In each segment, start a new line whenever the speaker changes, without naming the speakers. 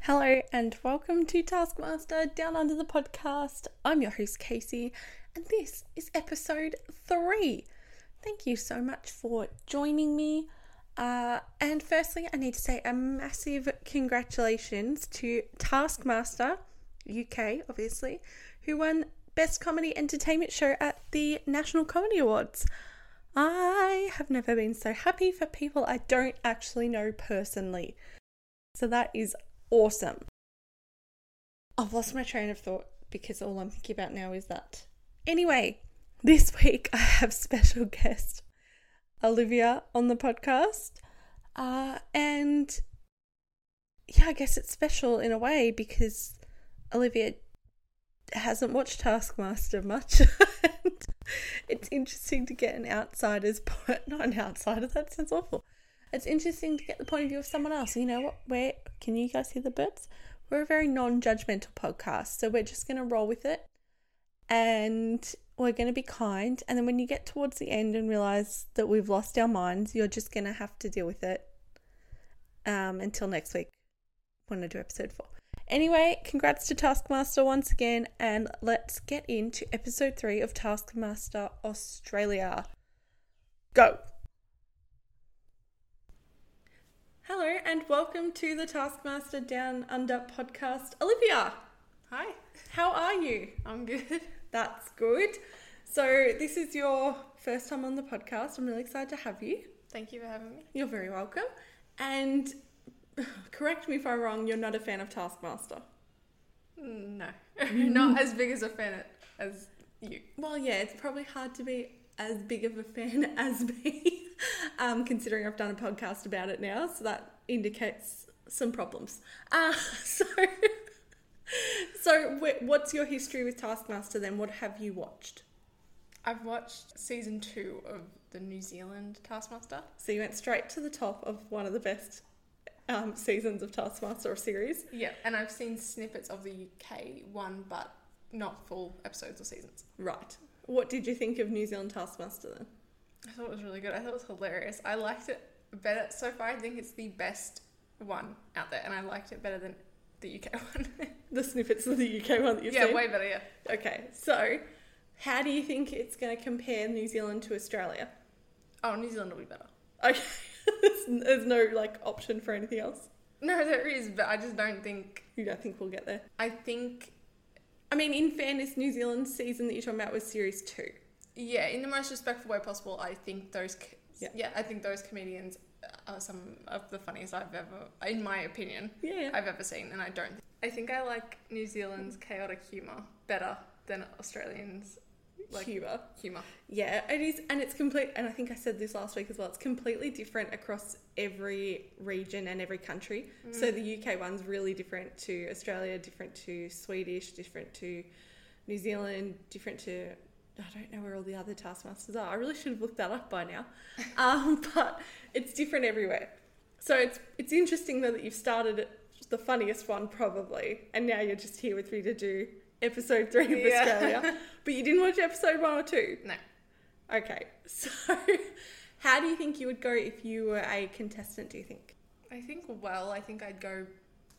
Hello and welcome to Taskmaster Down Under the podcast. I'm your host Casey and this is episode 3. Thank you so much for joining me. Uh, and firstly, I need to say a massive congratulations to Taskmaster UK, obviously, who won Best Comedy Entertainment Show at the National Comedy Awards. I have never been so happy for people I don't actually know personally. So that is awesome. I've lost my train of thought because all I'm thinking about now is that. Anyway, this week I have special guest Olivia on the podcast. Uh, and yeah, I guess it's special in a way because Olivia hasn't watched Taskmaster much. and it's interesting to get an outsider's point. Not an outsider, that sounds awful. It's interesting to get the point of view of someone else. You know what? Where can you guys hear the birds? We're a very non judgmental podcast, so we're just going to roll with it and we're going to be kind. And then when you get towards the end and realize that we've lost our minds, you're just going to have to deal with it um, until next week when I do episode four. Anyway, congrats to Taskmaster once again, and let's get into episode three of Taskmaster Australia. Go! Hello, and welcome to the Taskmaster Down Under podcast. Olivia,
Hi,
how are you?
I'm good.
That's good. So, this is your first time on the podcast. I'm really excited to have you.
Thank you for having me.
You're very welcome. And correct me if I'm wrong, you're not a fan of Taskmaster.
No, not as big as a fan as you.
Well, yeah, it's probably hard to be as big of a fan as me, um, considering I've done a podcast about it now. So that indicates some problems. Uh, so, so wh- what's your history with Taskmaster then? What have you watched?
I've watched season two of the New Zealand Taskmaster.
So you went straight to the top of one of the best um, seasons of Taskmaster or series.
Yeah, and I've seen snippets of the UK one, but not full episodes or seasons.
Right. What did you think of New Zealand Taskmaster then?
I thought it was really good. I thought it was hilarious. I liked it better so far. I think it's the best one out there, and I liked it better than the UK one.
The snippets of the UK one that you've
yeah,
seen.
way better. Yeah.
Okay, so how do you think it's going to compare New Zealand to Australia?
Oh, New Zealand will be better.
Okay, there's, there's no like option for anything else.
No, there is, but I just don't think.
You don't think we'll get there?
I think
I mean, in fairness, New Zealand's season that you're talking about was series two.
Yeah, in the most respectful way possible. I think those. co-
Yeah.
Yeah. I think those comedians are some of the funniest I've ever, in my opinion,
Yeah.
I've ever seen, and I don't. I think I like New Zealand's chaotic humor better than Australians' like-
Cuba.
humor.
Yeah, it is, and it's complete. And I think I said this last week as well. It's completely different across every region and every country. So the UK one's really different to Australia, different to Swedish, different to New Zealand, different to I don't know where all the other taskmasters are. I really should have looked that up by now. um, but it's different everywhere. So it's it's interesting though that you've started at the funniest one probably, and now you're just here with me to do episode three of
Yeah.
Australia. But you didn't watch episode one or two.
No,
Okay, so how do you think you would go if you were a contestant, do you think?
I think well, I think I'd go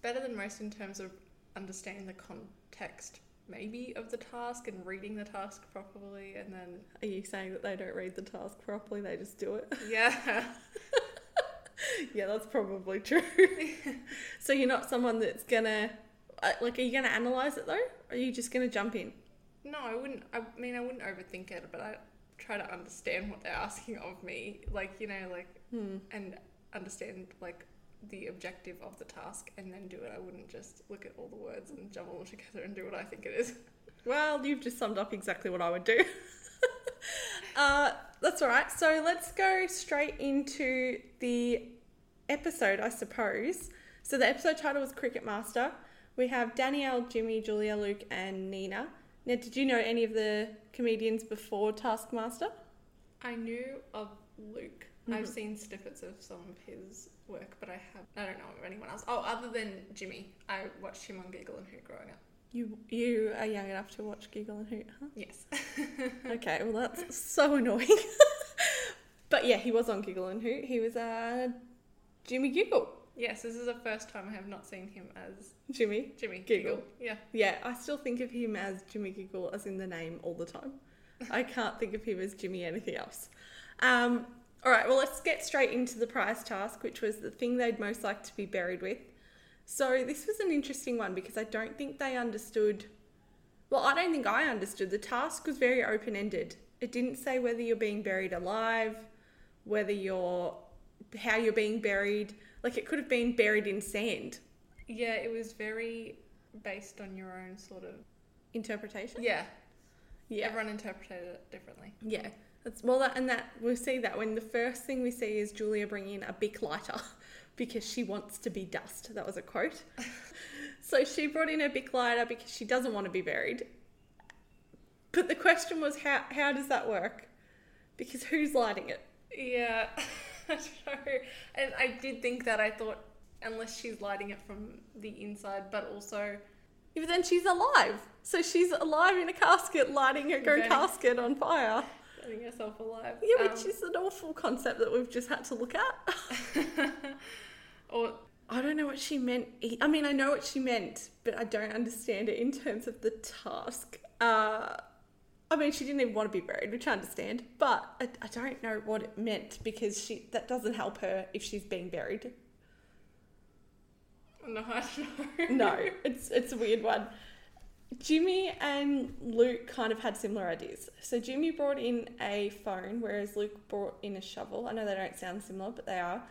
better than most in terms of understanding the context, maybe of the task and reading the task properly, and then
Are you saying that they don't read the task properly, they just do it?
yeah,
yeah, that's probably true. so you're not someone that's gonna, uh, like, are you gonna analyse it though? Or are you just gonna jump in?
No, I wouldn't. I mean, I wouldn't overthink it, but I try to understand what they're asking of me, like you know, like
Hmm.
and understand like the objective of the task, and then do it. I wouldn't just look at all the words and jumble them together and do what I think it is.
Well, you've just summed up exactly what I would do. uh, that's all right. So let's go straight into the episode, I suppose. So the episode title was Cricket Master. We have Danielle, Jimmy, Julia, Luke, and Nina. Now, did you know any of the comedians before Taskmaster?
I knew of Luke.
Mhm.
I've seen snippets of some of his work, but I have I don't know of anyone else. Oh, other than Jimmy, I watched him on Giggle and Who growing up.
You you are young enough to watch Giggle and Hoot, huh?
Yes.
Okay, well that's so annoying. but yeah, he was on Giggle and Hoot. He was uh, Jimmy Giggle.
Yes, this is the first time I have not seen him as
Jimmy
Jimmy
Giggle.
Yeah.
Yeah, I still think of him as Jimmy Giggle, as in the name, all the time. I can't think of him as Jimmy anything else. Um, all right, well, let's get straight into the prize task, which was the thing they'd most like to be buried with. So, this was an interesting one because I don't think they understood. Well, I don't think I understood. The task was very open ended, it didn't say whether you're being buried alive, whether you're. how you're being buried. Like, it could have been buried in sand.
Yeah, it was very based on your own sort of.
Interpretation?
Yeah,
Yeah.
everyone interpreted it differently.
Yeah. That's, well, that, and that we'll see that when the first thing we see is Julia bringing in a Bic lighter because she wants to be dust. That was a quote. so she brought in a Bic lighter because she doesn't want to be buried. But the question was, how, how does that work? Because who's lighting it?
Yeah, I don't know. And I did think that I thought, unless she's lighting it from the inside, but also,
But then she's alive. So she's alive in a casket, lighting her own
Burning.
casket on fire.
getting herself alive.
Yeah, which
Um,
is an awful concept that we've just had to look at.
Or
I don't know what she meant. e- I mean, I know what she meant, but I don't understand it in terms of the task. Uh, I mean, she didn't even want to be buried, which I understand, but I, I don't know what it meant because she that doesn't help her if she's being buried.
no, I don't know.
No, it's it's a weird one. Jimmy and Luke kind of had similar ideas. So Jimmy brought in a phone, whereas Luke brought in a shovel. I know they don't sound similar, but they are.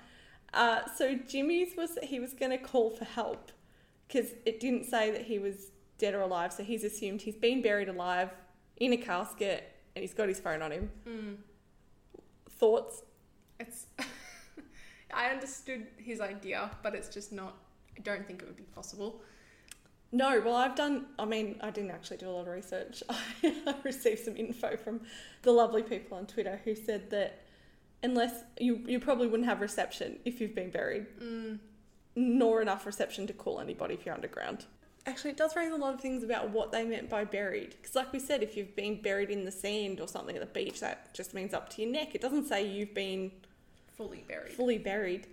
Uh, so Jimmy's was that he was going to call for help because it didn't say that he was dead or alive. So he's assumed he's been buried alive in a casket and he's got his phone on him.
Mm.
Thoughts?
It's. I understood his idea, but it's just not. I don't think it would be possible.
No, well, I've done, I mean, I didn't actually do a lot of research. I received some info from the lovely people on Twitter who said that unless you, you probably wouldn't have reception if you've been buried,
Mm.
nor enough reception to call anybody if you're underground. Actually, it does raise a lot of things about what they meant by buried. Because, like we said, if you've been buried in the sand or something at the beach, that just means up to your neck. It doesn't say you've been
Fully buried.
fully buried.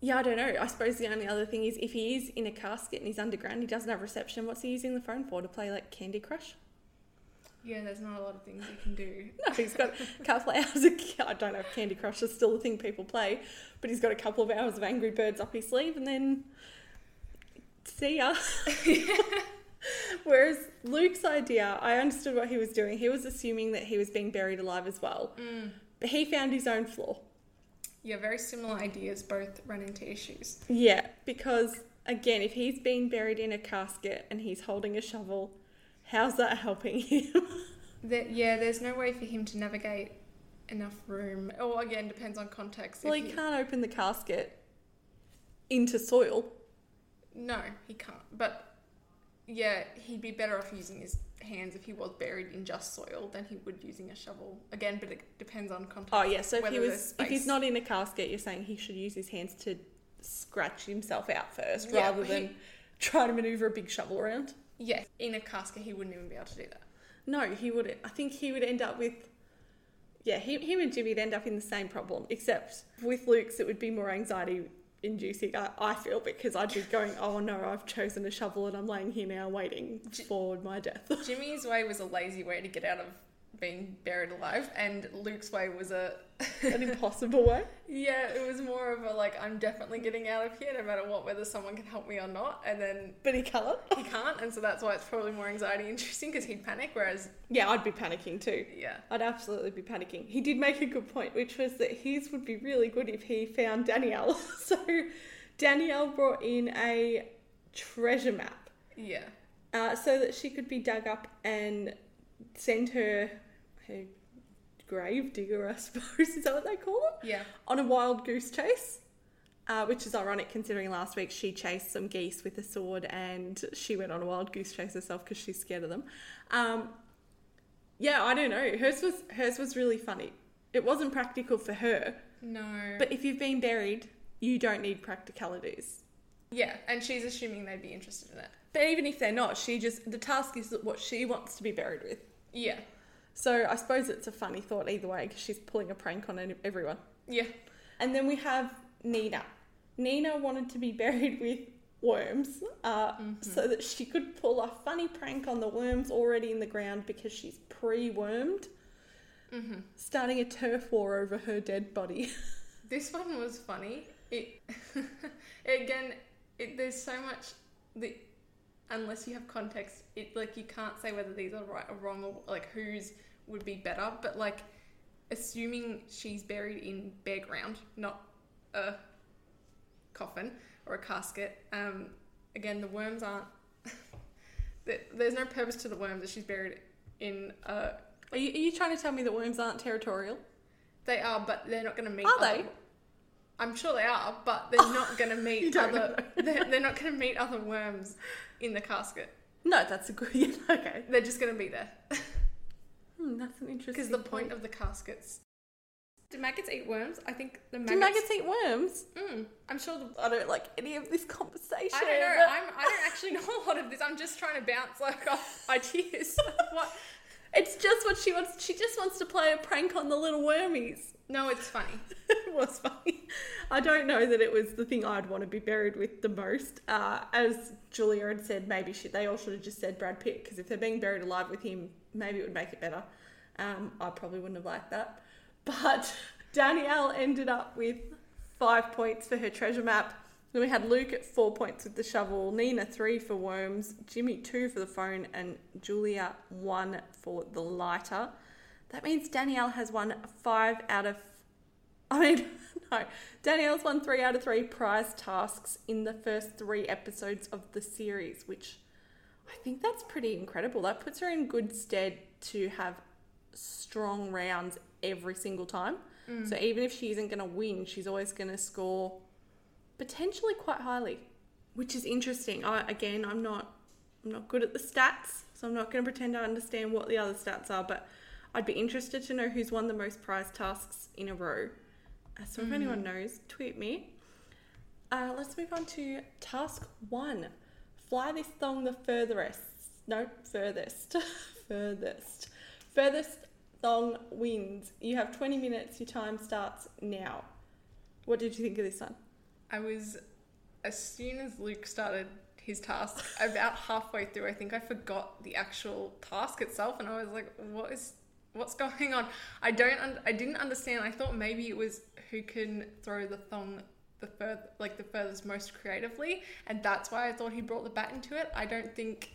Yeah, I don't know. I suppose the only other thing is if he is in a casket and he's underground, he doesn't have reception. What's he using the phone for? To play like Candy Crush?
Yeah, there's not a lot of things you can do.
No, he's got a couple of hours of. I don't know if Candy Crush is still a thing people play, but he's got a couple of hours of Angry Birds up his sleeve and then. See ya. Whereas Luke's idea, I understood what he was doing. He was assuming that he was being buried alive as well,
Mm.
but he found his own flaw.
Yeah, very similar ideas both run into issues.
Yeah, because again, if he's been buried in a casket and he's holding a shovel, how's that helping him?
That yeah, there's no way for him to navigate enough room. Oh, again, depends on context.
well, he
If
can't open the casket into soil.
No, he can't. But yeah, he'd be better off using his hands if he was buried in just soil than he would using a shovel. Again, but it depends on context.
Oh yeah, so if he
Whether
was
there's
if he's
space.
not in a casket, you're saying he should use his hands to scratch himself out first
Yeah,
rather
he-
than try to maneuver a big shovel around.
Yes, in a casket, he wouldn't even be able to do that.
No, he wouldn't. I think he would end up with. Yeah, him, him and Jimmy'd end up in the same problem, except with Luke's, it would be more anxiety inducing, I, I feel, because I'd be going, oh no, I've chosen a shovel and I'm laying here now waiting
J-
for my death.
Jimmy's way was a lazy way to get out of being buried alive, and Luke's way was a
An impossible way.
yeah, it was more of a like I'm definitely getting out of here no matter what, whether someone can help me or not, and then
But he can't.
he can't, and so that's why it's probably more anxiety inducing because he'd panic. Whereas
Yeah, I'd be panicking too.
yeah,
I'd absolutely be panicking. He did make a good point, which was that his would be really good if he found Danielle. so Danielle brought in a treasure map.
yeah,
uh, so that she could be dug up and send her her grave digger, I suppose is that what they call it,
yeah,
on a wild goose chase. Uh, which is ironic considering last week she chased some geese with a sword and she went on a wild goose chase herself because she's scared of them. Um, yeah, I don't know. Hers was hers was really funny. It wasn't practical for her,
no,
but if you've been buried, you don't need practicalities.
yeah, and she's assuming they'd be interested in it.
But even if they're not, she just the task is what she wants to be buried with.
Yeah,
So I suppose it's a funny thought either way because she's pulling a prank on any- everyone.
yeah,
And then we have Nina, Nina wanted to be buried with worms uh, so that she could pull a funny prank on the worms already in the ground because she's pre wormed,
hmm
starting a turf war over her dead body.
This one was funny. It again, it, there's so much the unless you have context, it like you can't say whether these are right or wrong or like whose would be better. But like, assuming she's buried in bare ground, not a coffin or a casket. Um, again, the worms aren't. there- There's no purpose to the worm that she's buried in. Uh,
Are you, are you trying to tell me that worms aren't territorial?
they are, Oh, but they're not going to meet.
Are
other-
they?
I'm sure they are, but they're not going to meet
don't
other. They're, they're not going to meet other worms in the casket.
No, that's a good. Yeah, okay.
They're just going to be there
Hmm, that's an interesting.
because the point of the caskets. Do maggots eat worms? I think the maggots.
do maggots eat worms?
Mm, I'm sure the.
I don't like any of this conversation.
I don't know. I'm, I don't actually know a lot of this. I'm just trying to bounce like off ideas. what?
It's just what she wants. She just wants to play a prank on the little wormies.
No, it's funny.
it was funny. I don't know that it was the thing I'd want to be buried with the most. Uh, as Julia had said, maybe she, they all should have just said Brad Pitt because if they're being buried alive with him, maybe it would make it better. Um, I probably wouldn't have liked that. But Danielle ended up with five points for her treasure map. Then we had Luke at four points with the shovel, Nina three for worms, Jimmy two for the phone, and Julia one for the lighter. That means Danielle has won five out of I mean, no. Danielle's won three out of three prize tasks in the first three episodes of the series, which I think that's pretty incredible. That puts her in good stead to have strong rounds every single time. So even if she isn't going to win, she's always going to score potentially quite highly, which is interesting. I, again, I'm not I'm not good at the stats, so I'm not going to pretend I understand what the other stats are, but I'd be interested to know who's won the most prize tasks in a row. Uh, So if anyone knows, tweet me. Uh, let's move on to task one fly this thong the furthest. No, furthest. furthest. Furthest thong wins. You have 20 minutes. Your time starts now. What did you think of this one?
I was, as soon as Luke started his task, about halfway through, I think I forgot the actual task itself, and I was like, "What is, what's going on?" I don't, un- I didn't understand. I thought maybe it was who can throw the thong the further, like the furthest, most creatively, and that's why I thought he brought the bat into it. I don't think.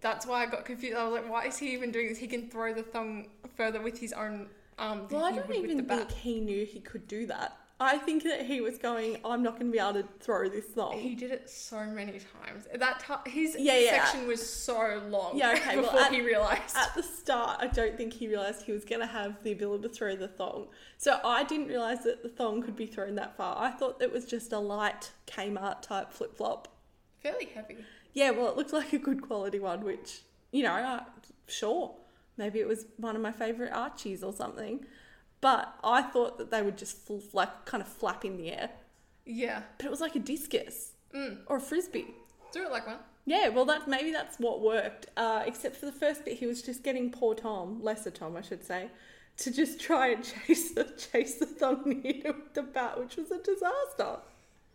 That's why I got confused. I was like, "Why is he even doing this? He can throw the thong further with his own arm." than
Well, I
he
don't
would with the
even
bat.
think he knew he could do that. I think that he was going, I'm not going to be able to throw this long.
He did it so many times. That t- his
Yeah, yeah.
section was so long.
Yeah, okay, well,
before
at-
he realized.
At the start, I don't think he realised he was going to have the ability to throw the thong. So I didn't realise that the thong could be thrown that far. I thought it was just a light Kmart type flip flop.
fairly heavy.
Yeah, well, it looked like a good quality one, which, you know, uh, sure. Maybe it was one of my favourite Archies or something. But I thought that they would just fl- like kind of flap in the air.
Yeah.
But it was like a discus
Mm.
or a frisbee.
Do it like one.
Yeah, well, that maybe that's what worked. Uh, except for the first bit, he was just getting poor Tom, lesser Tom, I should say, to just try and chase the chase the thong needle with the bat, which was a disaster.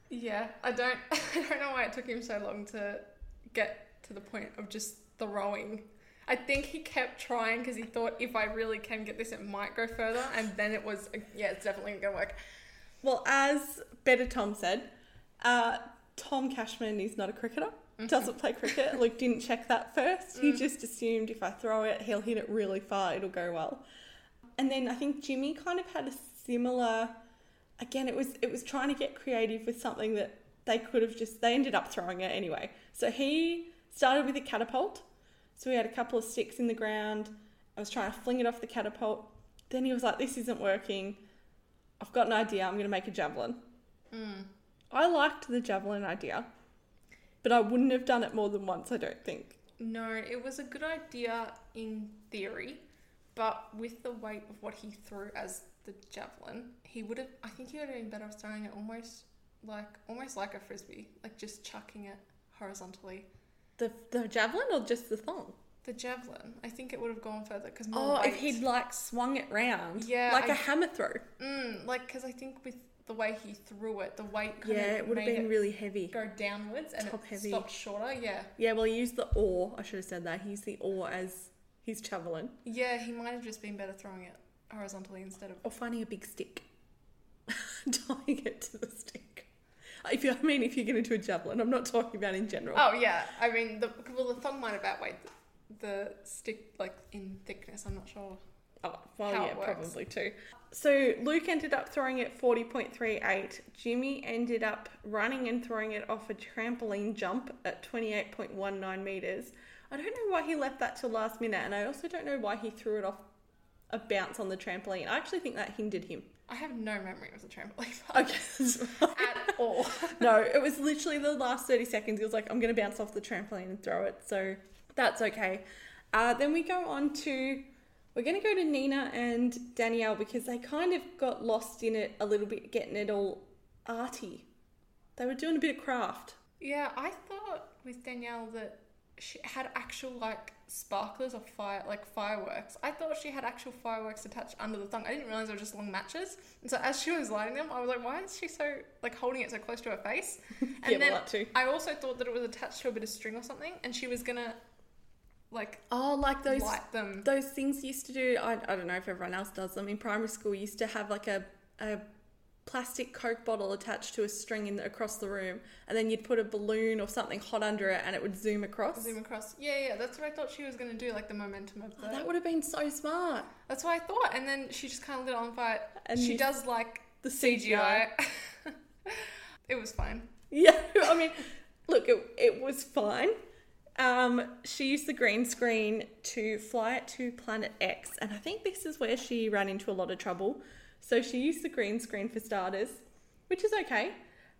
Yeah. I don't. I don't know why it took him so long to get to the point of just throwing. I think he kept trying because he thought if I really can get this, it might go further. And then it was yeah, it's definitely gonna work.
Well, as better Tom said, uh, Tom Cashman is not a cricketer. Doesn't play cricket. Luke didn't check that first. He just assumed if I throw it, he'll hit it really far. It'll go well. And then I think Jimmy kind of had a similar. Again, it was it was trying to get creative with something that they could have just. They ended up throwing it anyway. So he started with a catapult. So we had a couple of sticks in the ground. I was trying to fling it off the catapult. Then he was like, "This isn't working. I've got an idea. I'm going to make a javelin."
Mm.
I liked the javelin idea, but I wouldn't have done it more than once, I don't think.
No, it was a good idea in theory, but with the weight of what he threw as the javelin, he would have. I think he would have been better off throwing it almost like almost like a frisbee, like just chucking it horizontally.
The, the javelin or just the thong?
The javelin, I think it would have gone further because more
Oh,
weight.
if he'd like swung it round.
Yeah,
Like a
I-
hammer throw.
mm, like because I think with the way he threw it, the weight kind
Yeah,
of
it would have
made
been
it
really heavy.
go downwards and
Top
it
heavy.
stopped shorter. Yeah,
Yeah, well, he used the oar. I should have said that. He used the oar as his javelin.
yeah, he might have just been better throwing it horizontally instead of.
Or finding a big stick. Tying it to the stick. If you, I mean, if you're going to do a javelin, I'm not talking about in general.
Oh yeah, I mean the well the thong might have outweighed the, the stick like in thickness. I'm not sure.
Oh, well,
How it
yeah,
works.
probably too. So Luke ended up throwing it 40.38. Jimmy ended up running and throwing it off a trampoline jump at 28.19 meters. I don't know why he left that till last minute, and I also don't know why he threw it off a bounce on the trampoline. I actually think that hindered him.
I have no memory of the trampoline part
Okay.
at all.
no, it was literally the last 30 seconds. He was like, I'm going to bounce off the trampoline and throw it. So that's okay. Uh, then we go on to, we're going to go to Nina and Danielle because they kind of got lost in it a little bit, getting it all arty. They were doing a bit of craft.
Yeah, I thought with Danielle that she had actual like sparklers or fire like fireworks. I thought she had actual fireworks attached under the thong. I didn't realize they were just long matches. And so as she was lighting them, I was like, why is she so like holding it so close to her face? And
Yeah, well,
then
that too.
I also thought that it was attached to a bit of string or something, and she was gonna like
Oh, like those
light them.
those things you used to do. I, I don't know if everyone else does them in primary school. You used to have like a a plastic Coke bottle attached to a string in across the room, and then you'd put a balloon or something hot under it, and it would zoom across.
Zoom across. Yeah, yeah, that's what I thought she was gonna do, like the momentum of the.
Oh, that would have been so smart.
that's what I thought, and then she just kind of lit it on fire.
And
And she
you-
does like
The
CGI. it was fine.
Yeah, I mean, look, it, it was fine. Um, she used the green screen to fly it to Planet X, and I think this is where she ran into a lot of trouble. So she used the green screen for starters, which is okay.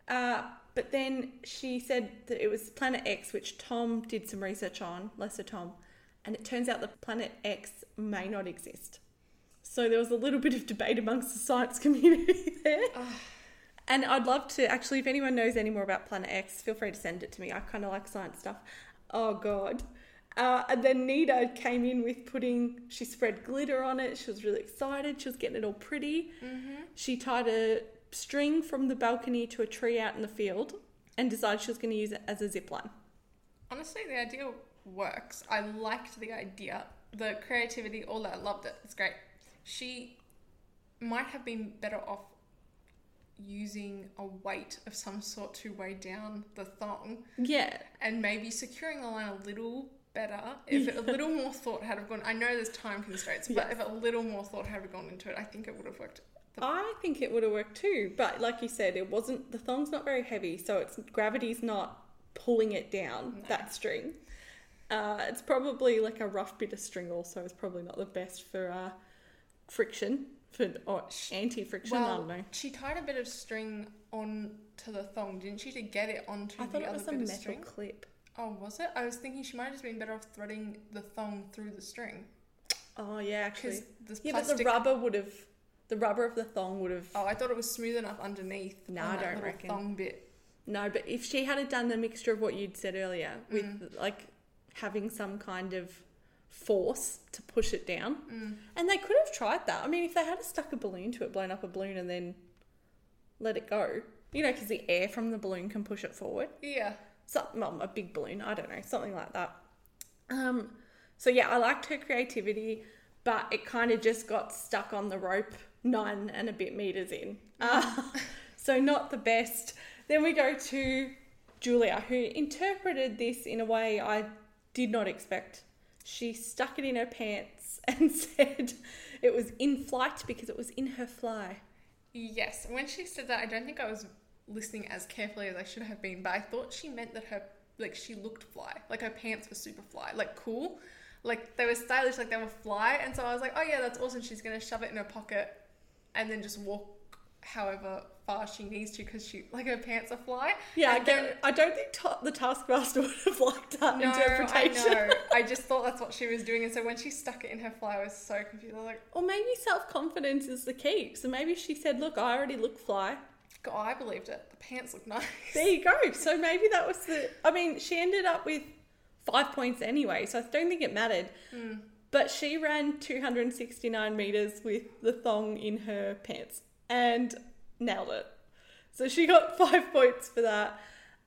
Uh, but then she said that it was Planet X, which Tom did some research on, lesser Tom, and it turns out that Planet X may not exist. So there was a little bit of debate amongst the science community there. And I'd love to actually, if anyone knows any more about Planet X, feel free to send it to me. I kind of like science stuff. Oh God. Uh, and then Nita came in with putting, she spread glitter on it. She was really excited. She was getting it all pretty. She tied a string from the balcony to a tree out in the field and decided she was going to use it as a zip line.
Honestly, the idea works. I liked the idea, the creativity, all that. I loved it. It's great. She might have been better off using a weight of some sort to weigh down the thong
Yeah.
and maybe securing the line a little better if a little more thought had gone i know there's time constraints but if a little more thought had gone into it i think it would have worked
I think it would have worked too, but like you said, it wasn't the thong's not very heavy, so it's gravity's not pulling it down that string. Uh, it's probably like a rough bit of string, also. It's probably not the best for uh, friction for or anti-friction. I
well
don't know.
she tied a bit of string on to the thong didn't she to get it onto
I
the
thought it
other
was a
bit
metal
of string
clip.
Oh, was it? I was thinking she might have just been better off threading the thong through the string
Oh yeah, actually.
because the
Yeah, but
plastic.
the rubber would have. The rubber of the thong would have.
oh, I thought it was smooth enough underneath.
No,
on
I
that
don't
little
reckon.
Thong bit.
No, but if she had done a mixture of what you'd said earlier with like having some kind of force to push it down, and they could have tried that. I mean, if they had stuck a balloon to it, blown up a balloon, and then let it go, you know, because the air from the balloon can push it forward.
Yeah,
Something, well, a big balloon, I don't know, something like that. Um, so yeah, I liked her creativity, but it kind of just got stuck on the rope nine and a bit meters in. Uh, so not the best. Then we go to Julia, who interpreted this in a way I did not expect. She stuck it in her pants and said it was in flight because it was in her fly.
yes. When she said that, I don't think I was listening as carefully as I should have been, but I thought she meant that her like she looked fly, like her pants were super fly, like cool, like they were stylish, like they were fly. And so I was like, oh yeah, that's awesome. She's gonna shove it in her pocket, and then just walk however far she needs to because she like her pants are fly.
Yeah, I,
And then-
don't- I don't think ta- the taskmaster would have liked that
No,
interpretation.
I know. I just thought that's what she was doing, and so when she stuck it in her fly, I was so confused. I was like,
Or maybe self confidence is the key. So maybe she said, Look, I already look fly.
God, I believed it. The pants look nice.
There you go. So maybe that was the. I mean, she ended up with five points anyway, so I don't think it mattered. But she ran 269 metres with the thong in her pants and nailed it. So she got five points for that.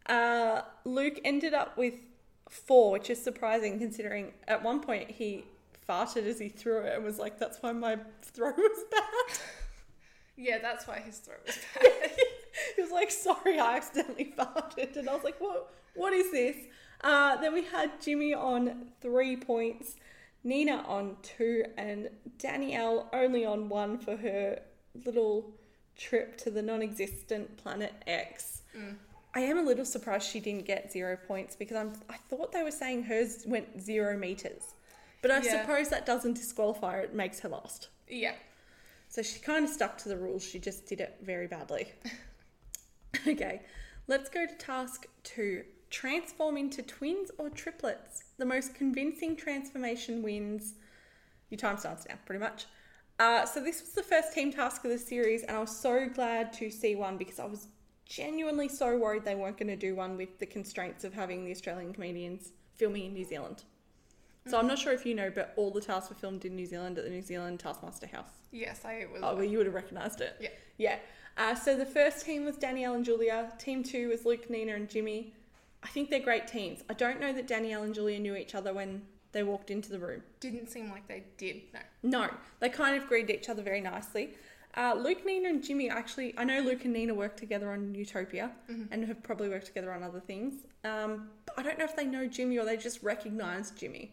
Uh, Luke ended up with four, which is surprising considering at one point he farted as he threw it and was like, that's why my throw was bad.
Yeah, that's why his throat was bad.
he was like, sorry, I accidentally farted. And I was like, what, what is this? Uh, then we had Jimmy on three points, Nina on two, and Danielle only on one for her little trip to the non existent planet X. I am a little surprised she didn't get zero points because I'm, I thought they were saying hers went zero meters. But I
Yeah.
suppose that doesn't disqualify her, it makes her last.
Yeah.
So she kind of stuck to the rules, she just did it very badly. okay, let's go to task two transform into twins or triplets. The most convincing transformation wins. Your time starts now, pretty much. Uh, so this was the first team task of the series, and I was so glad to see one because I was genuinely so worried they weren't going to do one with the constraints of having the Australian comedians filming in New Zealand. So I'm not sure if you know, but all the tasks were filmed in New Zealand at the New Zealand Taskmaster House.
Yes, I was.
Oh, well, you would have recognised it.
Yeah.
Yeah. Uh, so the first team was Danielle and Julia. Team two was Luke, Nina, and Jimmy. I think they're great teams. I don't know that Danielle and Julia knew each other when they walked into the room.
Didn't seem like they did. No.
No, they kind of greeted each other very nicely. Uh, Luke, Nina, and Jimmy actually, I know Luke and Nina work together on Utopia and have probably worked together on other things. Um, but I don't know if they know Jimmy or they just recognise Jimmy.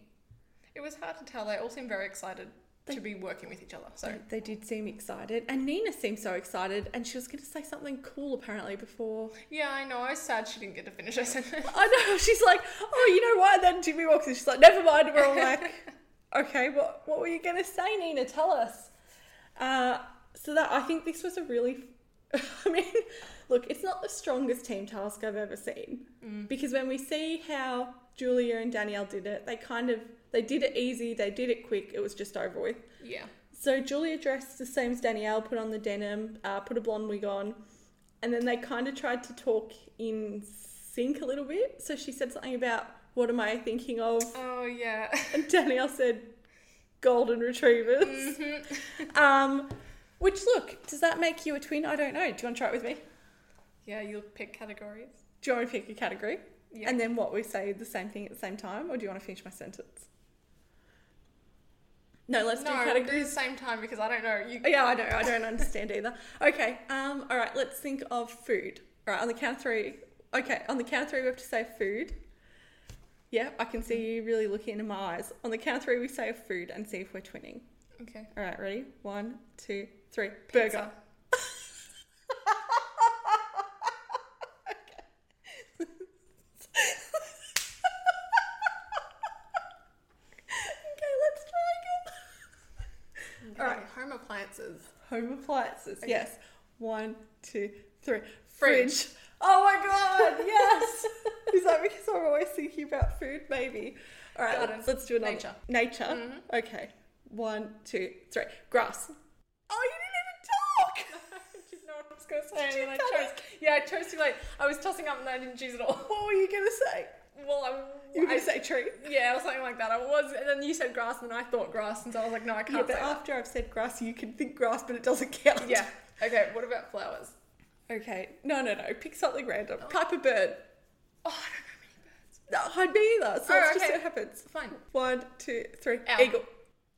It was hard to tell. They all seemed very excited
They-
to be working with each other. So,
They, they did seem excited. And Nina seemed so excited and she was going to say something cool apparently before
yeah, I know. I was sad she didn't get to finish her sentence.
I know. She's like, oh, you know what? And then Jimmy walks in. She's like, never mind. We're all like, okay, what what were you gonna say, Nina? Tell us. Uh, so that I think this was a really, I mean, look, it's not the strongest team task I've ever seen because when we see how Julia and Danielle did it, they kind of they did it easy, they did it quick. It was just over with.
Yeah.
So Julia dressed the same as Danielle, put on the denim, uh, put a blonde wig on, and then they kind of tried to talk in sync a little bit. So she said something about, What am I thinking of?
Oh, yeah.
And Danielle said, Golden retrievers.
Mm-hmm. Mm.
um, which, look, does that make you a twin? I don't know. Do you want to try it with me?
yeah, you'll pick categories.
Do you want to pick a category?
Yeah.
And then what we say the same thing at the same time? Or do you want to finish my sentence? No, let's do
no,
categories.
do the same time because I don't know. You
Yeah, I know. I don't understand either. Okay. Um. All right. Let's think of food. All right. On the count of three. Okay. On the count of three, we have to say food. Yeah, I can see you really looking into my eyes. On the count of three, we say food and see if we're twinning.
Okay.
All right. Ready? One, two, three. Burger.
Pizza.
okay. Let's try again.
All
All
right.
right.
Home appliances.
Home appliances.
Okay.
Yes. One, two, three.
Fridge.
Fridge. Oh my god! Yes. Is that because I'm always thinking about food? Maybe. All right.
Garden.
Let's, let's do another.
Nature.
Nature.
Mhm.
Okay. One, two, three. Grass. Oh, you didn't even talk.
did know what I was gonna say,
Did
and then I
you
chose. Yeah, I chose to like I was tossing up, and I didn't choose at all.
what were you gonna say?
Well, I,
You were
I
gonna say tree.
yeah, or something like that. I was, and then you said grass, and then I thought grass, and so I was like, no, I
Yeah,
can't
but
say. that.
after I've said grass, you can think grass, but it doesn't count.
Yeah. Okay. What about flowers?
Okay. No, no, no. Pick something random. Type of bird.
Oh, I
No, I neither. So
Oh,
it's just
okay.
what happens.
don't know many birds. Fine.
One, two, three.
Owl.
Eagle.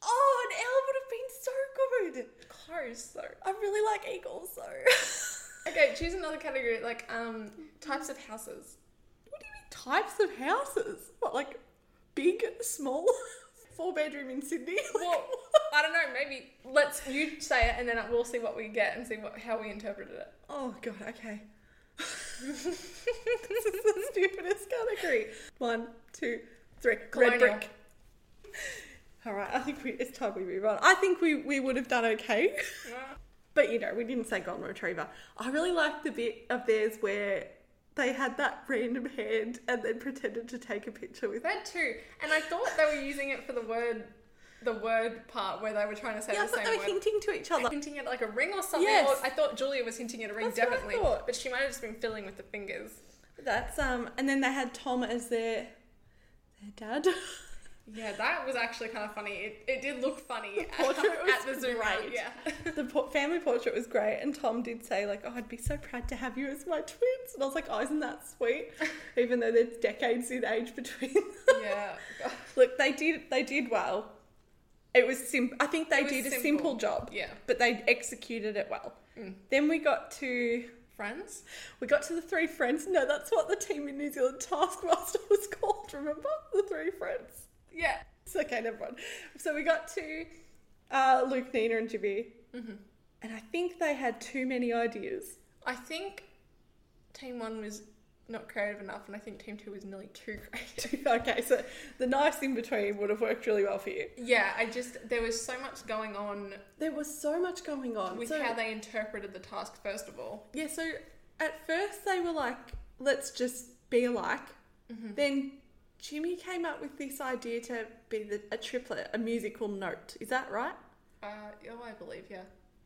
Oh, an owl would have been so good.
Close though.
I really like eagles though.
Okay, choose another category, like um types of houses.
what do you mean types of houses? What like big, small, four bedroom in Sydney? Like,
Well, I don't know. Maybe let's you say it, and then we'll see what we get and see what how we interpreted it.
oh god, okay. this is the stupidest category. One, two, three. Red
Colonial.
brick. All right, I think we, it's time we move on. I think we, we would have done okay.
Yeah.
But you know, we didn't say golden retriever. I really liked the bit of theirs where they had that random hand and then pretended to take a picture with it.
That too. And I thought they were using it for the word, the word part where they were trying to say
Yeah, I
the
thought
same
they were
word.
hinting to each other.
hinting at like a ring or something.
Yes.
Or I thought Julia was hinting at a ring
That's what I
definitely,
thought.
but she might have just been filling with the fingers.
That's um, and then they had Tom as their their dad.
Yeah, that was actually kind of funny. It, it did look funny at,
portrait was
at the Zoom out,
great.
Yeah.
The por- family portrait was great, and Tom did say like, "Oh, I'd be so proud to have you as my twins," and I was like, "Oh, isn't that sweet?" Even though there's decades in age between. them.
yeah.
Look, they did they did well. It was simple. I think they
It was
did a
simple.
simple job,
Yeah.
but they executed it well.
Mm.
Then we got to
Friends?
we got to the three friends. No, that's what the team in New Zealand Taskmaster was called. Remember the three friends.
Yeah.
It's okay, never mind. So we got to uh, Luke, Nina, and Jibby,
Mhm.
and I think they had too many ideas.
I think team one was not creative enough, and I think team two was nearly too creative.
okay, so the nice in between would have worked really well for you.
Yeah, I just, there was so much going on
There was so much going on.
with
so,
how they interpreted the task, first of all.
yeah, so at first they were like, let's just be alike.
Mm-hmm.
Then Jimmy came up with this idea to be the, a triplet, a musical note. Is that right?
Uh, oh, I believe, yeah.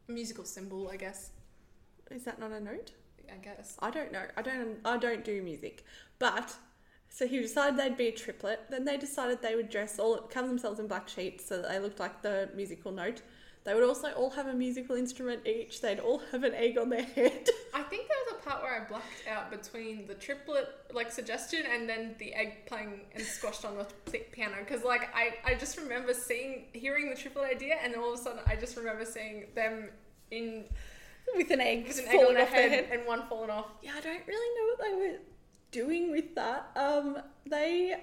Musical symbol, I guess.
Is that not a note?
I guess.
I don't know. I don't. I don't do music, but so he decided they'd be a triplet. Then they decided they would dress all cover themselves in black sheets so that they looked like the musical note. They would also all have a musical instrument each. They'd all have an egg on their head.
I think there was a part where I blacked out between the triplet like suggestion and then the egg playing and squashed on the p- piano because like I, I just remember seeing hearing the triplet idea and all of a sudden I just remember seeing them in
With an egg
with an egg on
falling
their
off their
head,
head.
and one falling off.
Yeah, I don't really know what they were doing with that. Um, they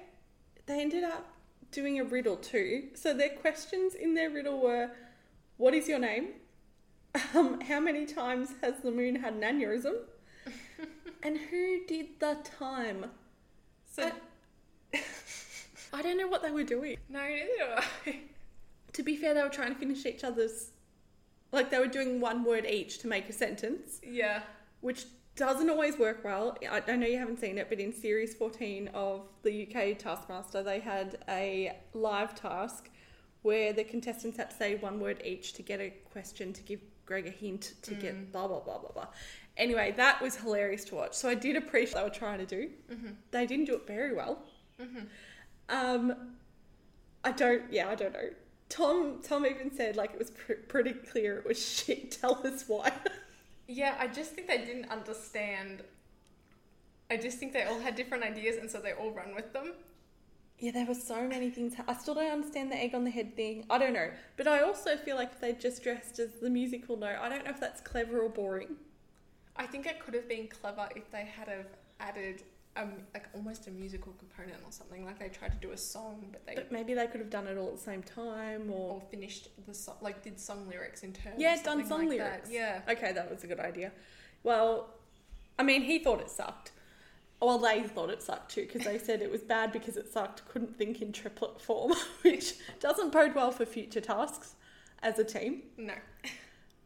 they ended up doing a riddle too. So their questions in their riddle were, "What is your name? Um, how many times has the moon had an aneurysm? and who did the time?"
So
I don't know what they were doing.
no, neither do I.
To be fair, they were trying to finish each other's, like they were doing one word each to make a sentence.
yeah,
which doesn't always work well. I, I know you haven't seen it, but in series 14 of the UK Taskmaster, they had a live task where the contestants had to say one word each to get a question to give Greg a hint to get blah blah blah blah blah. Anyway, that was hilarious to watch. So I did appreciate what they were trying to do. They didn't do it very well. Um, I don't. Yeah, I don't know. Tom Tom even said like it was pr- pretty clear it was shit. Tell us why.
yeah. I just think they didn't understand. I just think they all had different ideas and so they all run with them.
Yeah, there were so many things. I still don't understand the egg on the head thing. I don't know. But I also feel like if they just dressed as the musical note, I don't know if that's clever or boring.
I think it could have been clever if they had have added um like almost a musical component or something. Like they tried to do a song, but they
But maybe they could have done it all at the same time
all
or.
finished the song, like did song lyrics in turn. or
Yeah, done
something
song
like that.
lyrics.
Yeah,
Okay, that was a good idea. Well, I mean, he thought it sucked. Well, they thought it sucked too because they said it was bad because it sucked, couldn't think in triplet form, which doesn't bode well for future tasks as a team.
no,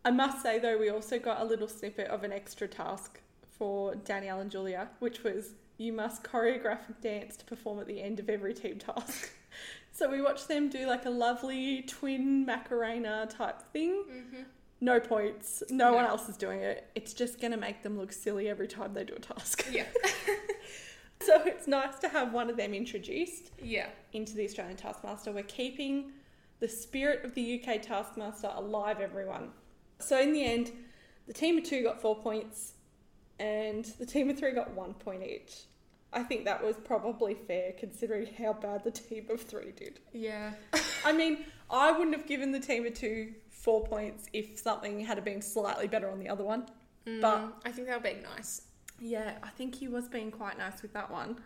I must say though, we also got a little snippet of an extra task for Danielle and Julia, which was you must choreograph a dance to perform at the end of every team task. so we watched them do like a lovely twin Macarena type thing.
hmm
No points. No,
No.
one else is doing it. It's just going to make them look silly every time they do a task.
yeah,
so it's nice to have one of them introduced
yeah,
into the Australian Taskmaster. We're keeping the spirit of the UK Taskmaster alive, everyone. So in the end, the team of two got four points, and the team of three got one point each. I think that was probably fair considering how bad the team of three did.
yeah,
I mean, I wouldn't have given the team of two four points if something had been slightly better on the other one. But-
Mm, I think they were being nice.
Yeah, I think he was being quite nice with that one.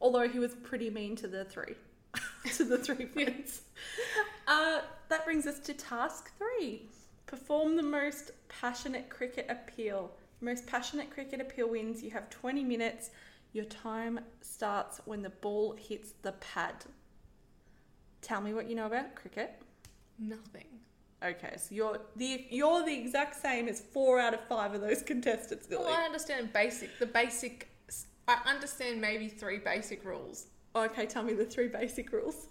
Although he was pretty mean to the three. to the three friends. Uh, that brings us to task three. Perform the most passionate cricket appeal. Most passionate cricket appeal wins. You have 20 minutes. Your time starts when the ball hits the pad. Tell me what you know about cricket.
Nothing.
Okay, so you're the you're the exact same as four out of five of those contestants, Lily.
Well, I understand basic, the basic. s- I understand maybe three basic rules.
Okay, tell me the three basic rules.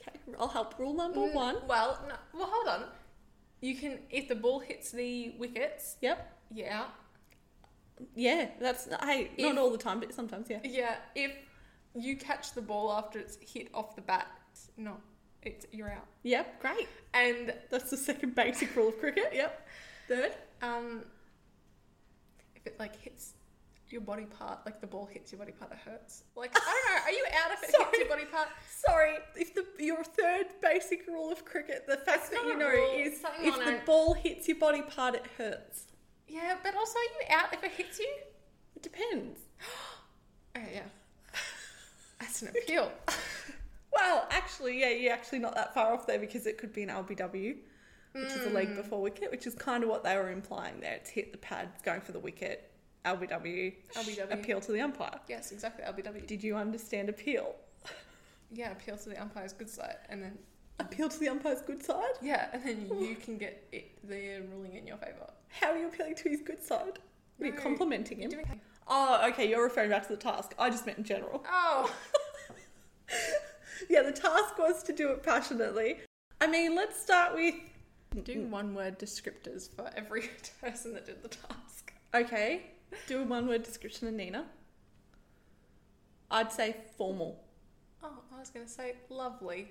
Okay, I'll help. Rule number
Mm,
one.
Well, no, well, hold on. You can if the ball hits the wickets.
Yep.
Yeah.
Yeah, that's hey,
If-
not all the time, but sometimes, yeah.
Yeah, if you catch the ball after it's hit off the bat. It's not. It's you're out.
Yep, great.
And
That's the second basic rule of cricket. Yep. Third.
um, if it like hits your body part, like the ball hits your body part, it hurts. Like I don't know. Are you out if it hits
Sorry.
your body part?
Sorry, if the your third basic rule of cricket, the fact
It's
that
not
you
a
know
rule,
is
something
if
on
the
it.
ball hits your body part, it hurts.
Yeah, but also are you out if it hits you?
It depends. Oh,
Okay, yeah. That's an appeal.
Well, actually, yeah, you're actually not that far off there because it could be an LBW, which is a
Hmm. Mm.
leg before wicket, which is kind of what they were implying there. It's hit the pad, going for the wicket, LBW,
LBW.
appeal to the umpire.
yes, exactly. LBW.
Did you understand appeal?
Yeah, appeal to the umpire's good side, and then
Appeal to the umpire's good side?
yeah, and then you can get it, the ruling in your favour.
How are you appealing to his good side? Are you
No,
complimenting him?
Doing-
Oh, okay, you're referring back to the task. I just meant in general.
Oh,
yeah, the task was to do it passionately. I mean, let's start with
do one word descriptors for every person that did the task.
okay, do a one word description of Nina. I'd say formal.
Oh, I was going to say lovely.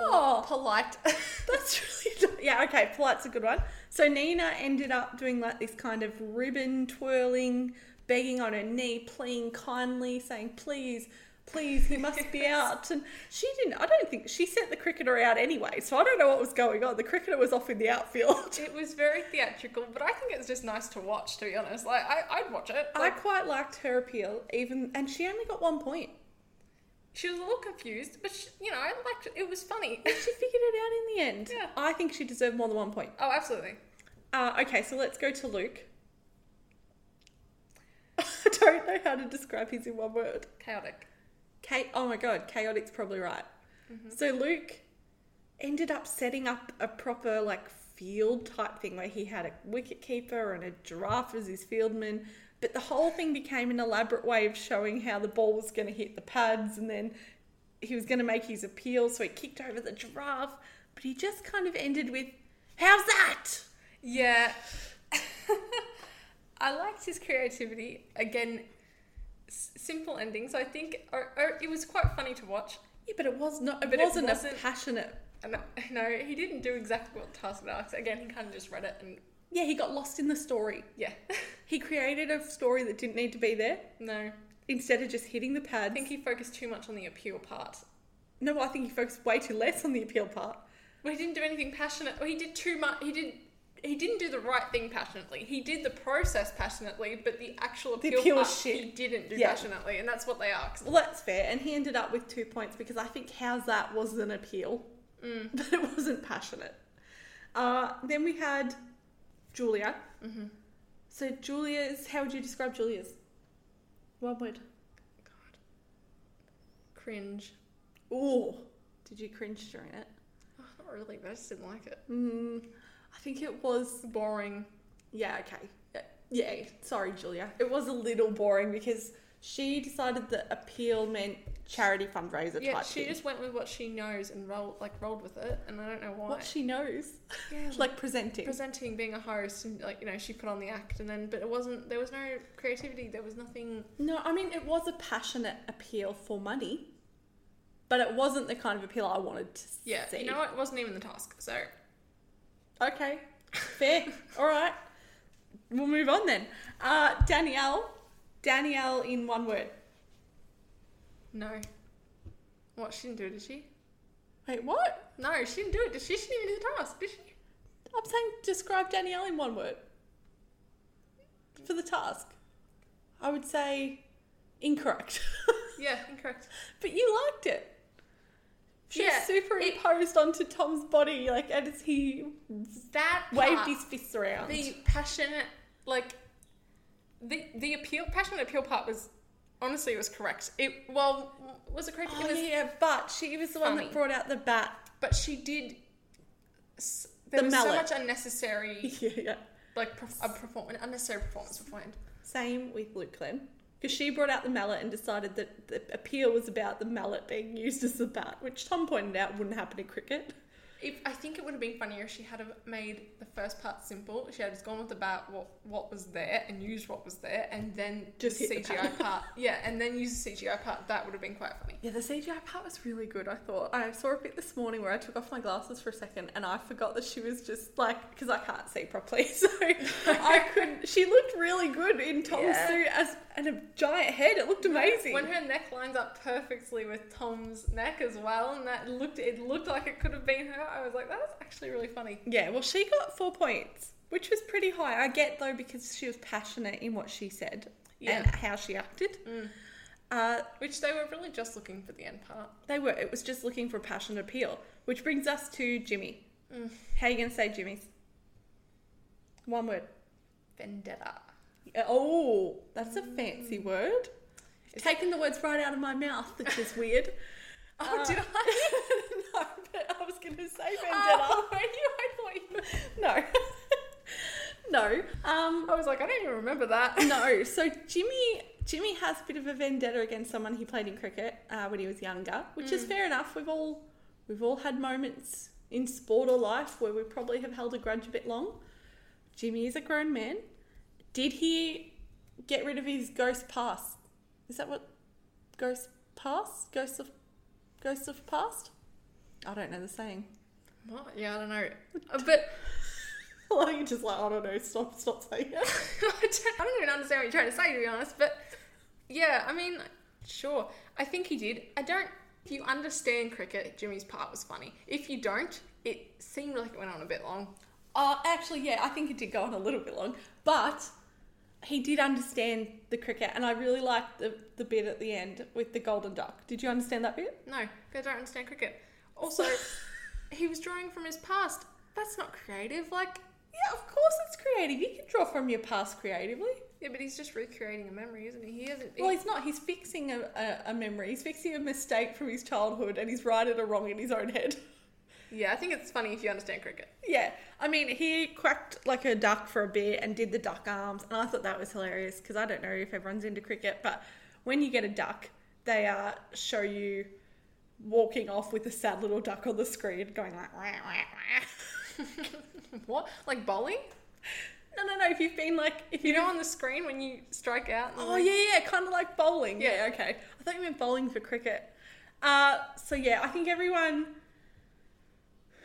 Oh.
polite.
That's really yeah, okay, polite's a good one. So Nina ended up doing like this kind of ribbon twirling, begging on her knee, pleading kindly, saying, Please, please, he must be out. And she didn't I don't think she sent the cricketer out anyway, so I don't know what was going on. The cricketer was off in the outfield.
It was very theatrical, but I think it's just nice to watch. To be honest, like I, I'd watch it.
I
Like,
quite liked her appeal, even and she only got one point.
she was a little confused, but she, you know, I liked it. It was funny.
She figured it out in the end.
Yeah.
I think she deserved more than one point.
Oh, absolutely.
Uh, okay, so let's go to Luke. I don't know how to describe his in one word.
Chaotic.
Cha- oh my god, chaotic's probably right. So Luke ended up setting up a proper like field type thing where he had a wicket keeper and a giraffe as his fieldman. But the whole thing became an elaborate way of showing how the ball was going to hit the pads, and then he was going to make his appeal. So he kicked over the giraffe, but he just kind of ended with, "How's that?"
Yeah. I liked his creativity. Again, s- simple endings. I think or, or it was quite funny to watch.
Yeah, but it was not. It
But it
wasn't,
wasn't-
a passionate.
And uh, no, he didn't do exactly what the task was asked. Again, he kind of just read it and
Yeah, he got lost in the story.
yeah.
He created a story that didn't need to be there.
no,
Instead of just hitting the pads.
I think he focused too much on the appeal part.
No, I think he focused way too less on the appeal part.
Well, he didn't do anything passionate. Well, he did too much. He did. He didn't do the right thing passionately. He did the process passionately, but the actual
The
appeal,
appeal
part
shit.
he didn't do
Yeah.
passionately, and that's what they asked.
Well, that's fair. And he ended up with two points because I think how's that was an appeal,
mm,
but it wasn't passionate. Uh, then we had Julia. Mm-hmm. So Julia's. How would you describe Julia's? One word.
God, cringe.
Oh, did you cringe during it?
Oh, not really, but I just didn't like it.
Mm, I think it was.
boring.
Yeah. Okay. Yeah, Yeah. Sorry, Julia. It was a little boring because she decided that appeal meant charity fundraiser
Yeah,
type
she
thing.
just went with what she knows and rolled like rolled with it, and I don't know why.
what she knows.
yeah, like,
like presenting.
presenting, being a host, and like you know, she put on the act, and then but it wasn't. There was no creativity. There was nothing.
no, I mean it was a passionate appeal for money, but it wasn't the kind of appeal I wanted to
Yeah,
see.
you know, what? it wasn't even the task. So
Okay, fair. All right, we'll move on then. Uh, Danielle, Danielle in one word.
no. What she didn't do it, did she?
Wait, what?
No, she didn't do it. Did she? She didn't even do the task, did she?
I'm saying describe Danielle in one word for the task. I would say incorrect,
Yeah, incorrect.
but you liked it. She
Yeah, it-
superimposed onto Tom's body, like as he
That
waved
part,
his fists around.
the passionate like the the appeal passionate appeal part was honestly it was correct. It well was it correct?
oh,
it was
yeah, but she was the one
funny.
that brought out the bat.
but she did. s- There
The
was
mallet.
so much unnecessary,
yeah, yeah.
like perf- a perform- an unnecessary performance beforehand.
Same with Luke Glenn. Because she brought out the mallet and decided that the appeal was about the mallet being used as the bat, which Tom pointed out wouldn't happen in cricket.
If I think it would have been funnier if she had have made the first part simple. She had just gone with about what what was there and used what was there, and then
Just
the
hit the
CGI part. Yeah, and then use the CGI part. That would have been quite funny.
Yeah, the CGI part was really good. I thought I saw a bit this morning where I took off my glasses for a second and I forgot that she was just like because I can't see properly, so I could. She looked really good in Tom's
Yeah.
suit as and a giant head. It looked amazing.
When her neck lines up perfectly with Tom's neck as well, and that looked it looked like it could have been her. I was like, that was actually really funny.
yeah, well, she got four points, which was pretty high. I get though because she was passionate in what she said
Yeah. Mm.
and how she acted. Uh,
Which they were really just looking for the end part.
they were. It was just looking for passion and appeal, which brings us to Jimmy.
Mm.
How you gonna say Jimmy's? One word.
Vendetta.
Oh, that's a fancy word.
Is
Mm. Taking the words right out of my mouth, which is weird.
Oh,
Uh,
did I?
no, but I was going to say vendetta.
Oh, you, I thought you.
No. no. Um,
I was like, I don't even remember that.
no. So Jimmy Jimmy has a bit of a vendetta against someone he played in cricket uh, when he was younger, which is fair enough. We've all we've all had moments in sport or life where we probably have held a grudge a bit long. Jimmy is a grown man. Did he get rid of his ghost past? Is that what ghost past? Ghosts of ghosts of past? I don't know the saying.
What? Yeah, I don't know. Uh, But
Well, you just like I don't know. Stop, stop saying it.
I don't- I don't even understand what you're trying to say, to be honest. But yeah, I mean, sure. I think he did. I don't. If you understand cricket, Jimmy's part was funny. If you don't, it seemed like it went on a bit long.
Uh, actually, yeah, I think it did go on a little bit long, but he did understand the cricket, and I really liked the, the bit at the end with the golden duck. Did you understand that bit?
No, I don't understand cricket. Also, he was drawing from his past. That's not creative. Like,
Yeah, of course it's creative. You can draw from your past creatively.
yeah, but he's just recreating a memory, isn't he? He hasn't.
Well, he's not. He's fixing a, a, a memory. He's fixing a mistake from his childhood, and he's righted a wrong in his own head.
yeah, I think it's funny if you understand cricket.
Yeah, I mean, he quacked like a duck for a bit and did the duck arms, and I thought that was hilarious because I don't know if everyone's into cricket, but when you get a duck, they uh, show you walking off with a sad little duck on the screen, going like, wah, wah, wah.
What? Like bowling?
no, no, no. If you've been like, if you,
You know, on the screen when you strike out. and
oh
like-
yeah, yeah, kind of like bowling. Yeah,
Yeah.
okay. I thought you meant bowling for cricket. Uh, so yeah, I think everyone.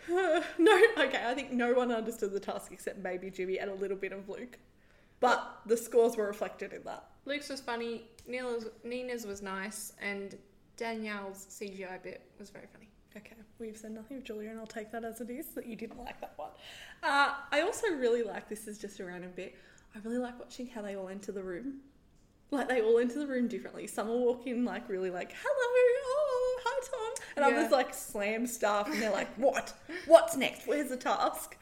no, okay. I think no one understood the task except maybe Jimmy and a little bit of Luke, but the scores were reflected in that.
Luke's was funny, Neil's, Nina's was nice, and Danielle's CGI bit was very funny.
Okay, we've said nothing of Julia, and I'll take that as it is that you didn't like that one. Uh, I also really like this is just a random bit. I really like watching how they all enter the room. Like they all enter the room differently. Some will walk in like really like hello, oh hi Tom, and
Yeah.
others like slam stuff, and they're like what? What's next? Where's the task?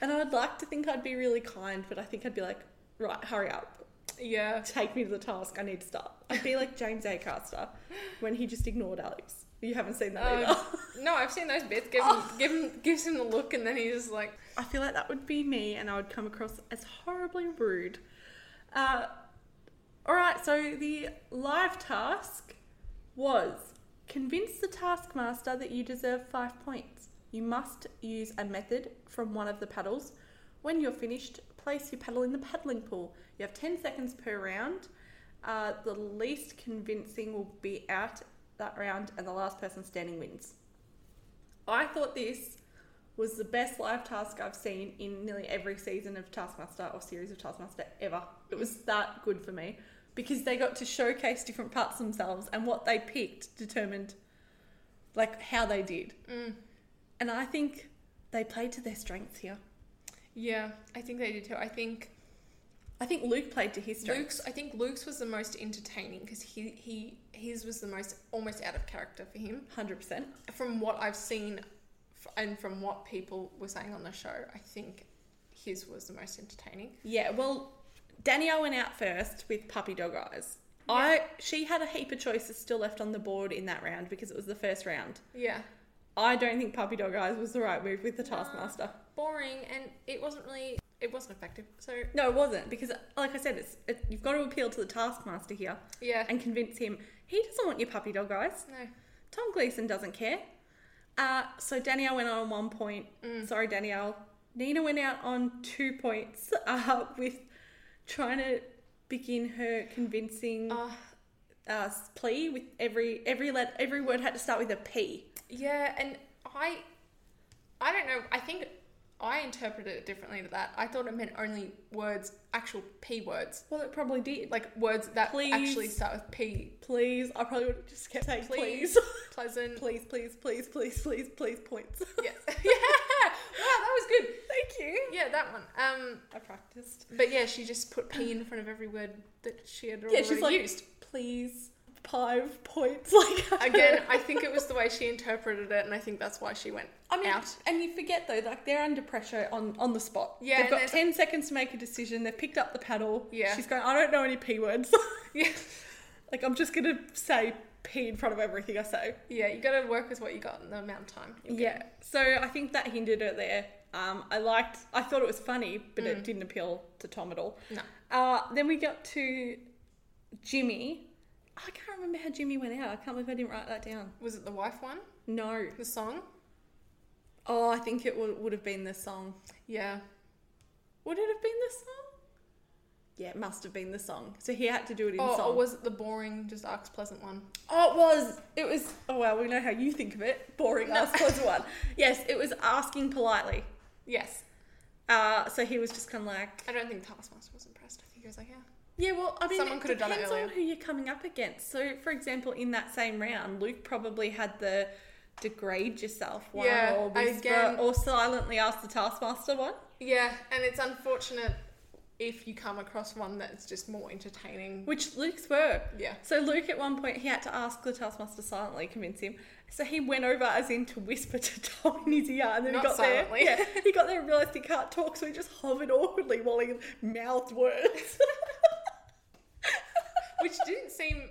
And I'd like to think I'd be really kind, but I think I'd be like right, hurry up,
Yeah.
take me to the task. I need to start. I'd be like James Acaster when he just ignored Alex. You haven't seen that
Um,
either.
No, I've seen those bits. Give him, give him, gives him the look, and then he's just like,
I feel like that would be me, and I would come across as horribly rude. Uh, all right, so the live task was convince the taskmaster that you deserve five points. You must use a method from one of the paddles. When you're finished, place your paddle in the paddling pool. You have 10 seconds per round. Uh, the least convincing will be out that round, and the last person standing wins. I thought this was the best live task I've seen in nearly every season of Taskmaster or series of Taskmaster ever. It was that good for me because they got to showcase different parts of themselves and what they picked determined like how they did.
mm,
And I think they played to their strengths here.
yeah, I think they did too. I think
I think Luke played to his strengths.
Luke's, I think Luke's was the most entertaining because he, he, his was the most almost out of character for him.
100%.
From what I've seen, f- and from what people were saying on the show, I think his was the most entertaining.
Yeah, well, Danielle went out first with puppy dog eyes.
Yeah.
I she had a heap of choices still left on the board in that round because it was the first round.
Yeah.
I don't think puppy dog eyes was the right move with the taskmaster.
boring and it wasn't really it wasn't effective so
No, it wasn't because, like I said, it's it, you've got to appeal to the taskmaster here
yeah
and convince him he doesn't want your puppy dog eyes.
no
Tom Gleason doesn't care. Uh, so Danielle went out on one point. Sorry, Danielle. Nina went out on two points uh, with trying to begin her convincing uh,
Oh,
plea with every every let every word had to start with a P.
yeah, and I, I don't know. I think I interpreted it differently to that. I thought it meant only words, actual p words,
Well, it probably did. Like
like words that
Please.
actually start with p.
please, I probably would have just kept saying please,
Please. Pleasant.
please, please, please, please, please, please points.
Yeah. yeah. Wow, that was good.
Thank you.
Yeah, that one. Um,
I practiced.
but yeah, she just put p in front of every word that she had already
Yeah, she's like
used.
please five points. Like
Again, I think it was the way she interpreted it, and I think that's why she went
I mean,
out.
and you forget though, like they're under pressure on on the spot.
Yeah,
they've
and
got
there's-
ten seconds to make a decision. They've picked up the paddle.
Yeah.
she's going. I don't know any p words.
Yeah,
like I'm just gonna say p in front of everything I say.
yeah. You got to work with what you got in the amount of time. You'll
Yeah.
get it.
So I think that hindered it there. Um, I liked. I thought it was funny, but it didn't appeal to Tom at all.
Mm. No.
Uh, then we got to Jimmy. I can't remember how Jimmy went out. I can't believe I didn't write that down.
Was it the wife one?
No.
The song?
Oh, I think it would, would have been the song.
Yeah.
Would it have been the song? Yeah, it must have been the song. So he had to do it in
Or,
song.
or Oh, was it the boring, just Arcs Pleasant one?
oh, it was. It was. Oh, well, we know how you think of it. Boring
No.
ask was one. Yes, it was asking politely.
Yes.
Uh, so he was just kind of like,
I don't think Taskmaster was impressed. I think he was like, yeah.
yeah, well, I mean,
Someone
it
could have done it
depends on
earlier.
who you're coming up against. So, for example, in that same round, Luke probably had the degrade yourself one,
Yeah,
or whisper,
again-
or silently ask the taskmaster one.
Yeah, and it's unfortunate if you come across one that's just more entertaining.
Which Luke's were.
Yeah.
So Luke, at one point, he had to ask the taskmaster silently, convince him. So he went over as in to whisper to Tom in his ear, and then
Not
he got
silently.
there. Yeah, he got there and realised he can't talk, so he just hovered awkwardly while he mouthed words.
Which didn't seem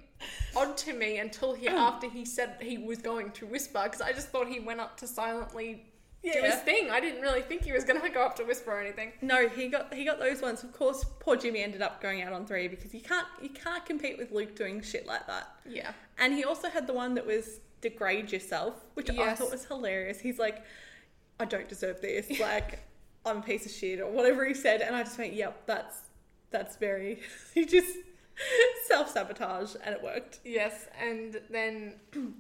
odd to me until he after he said he was going to whisper because I just thought he went up to silently do his
Yeah.
thing. I didn't really think he was going to go up to whisper or anything.
No, he got he got those ones. Of course, poor Jimmy ended up going out on three because you can't you can't compete with Luke doing shit like that.
Yeah.
And he also had the one that was degrade yourself, which I
Yes.
thought was hilarious. He's like, I don't deserve this. Like, I'm a piece of shit or whatever he said. And I just went, yep, that's that's very. he just self sabotage, and it worked.
Yes, and then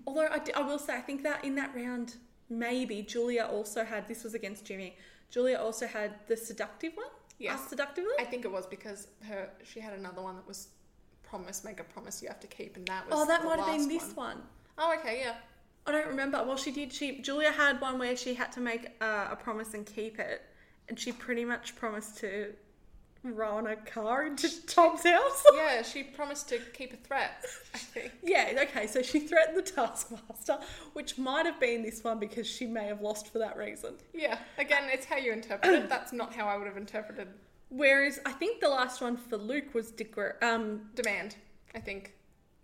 Although I, d- I will say, I think that in that round, maybe Julia also had this was against Jimmy. Julia also had the seductive one.
Yes.
Asked seductively.
I think it was because her she had another one that was promise make a promise you have to keep and that was
Oh, that
the
might have been
last
this one.
Oh, okay, yeah.
I don't remember. Well, she did. She Julia had one where she had to make uh, a promise and keep it, and she pretty much promised to run a car into Tom's house.
Yeah, she promised to keep a threat. I think.
yeah. Okay. So she threatened the taskmaster, which might have been this one because she may have lost for that reason.
Yeah. Again, it's how you interpret it. That's not how I would have interpreted
Whereas I think the last one for Luke was degra- um
demand. I think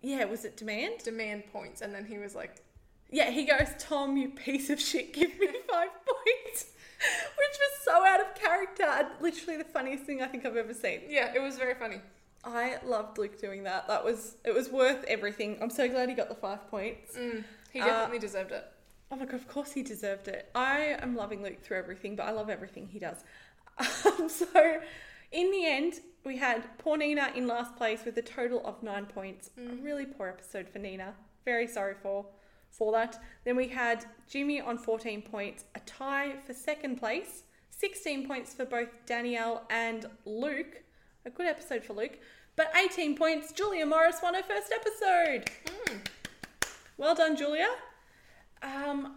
yeah was it demand?
demand points, and then he was like,
Yeah, he goes, Tom, you piece of shit, give me five points. Which was so out of character. and Literally the funniest thing I think I've ever seen.
"Yeah, it was very funny."
I loved Luke doing that. That was it was worth everything. I'm so glad he got the five points.
Mm, he
Uh,
definitely deserved it.
Oh my god, of course he deserved it. I am loving Luke through everything, but I love everything he does. Um, so in the end, we had poor Nina in last place with a total of nine points. A really poor episode for Nina. Very sorry for for that. Then we had Jimmy on 14 points, a tie for second place, 16 points for both Danielle and Luke. A good episode for Luke. But 18 points, Julia Morris won her first episode. Well done, Julia. Um,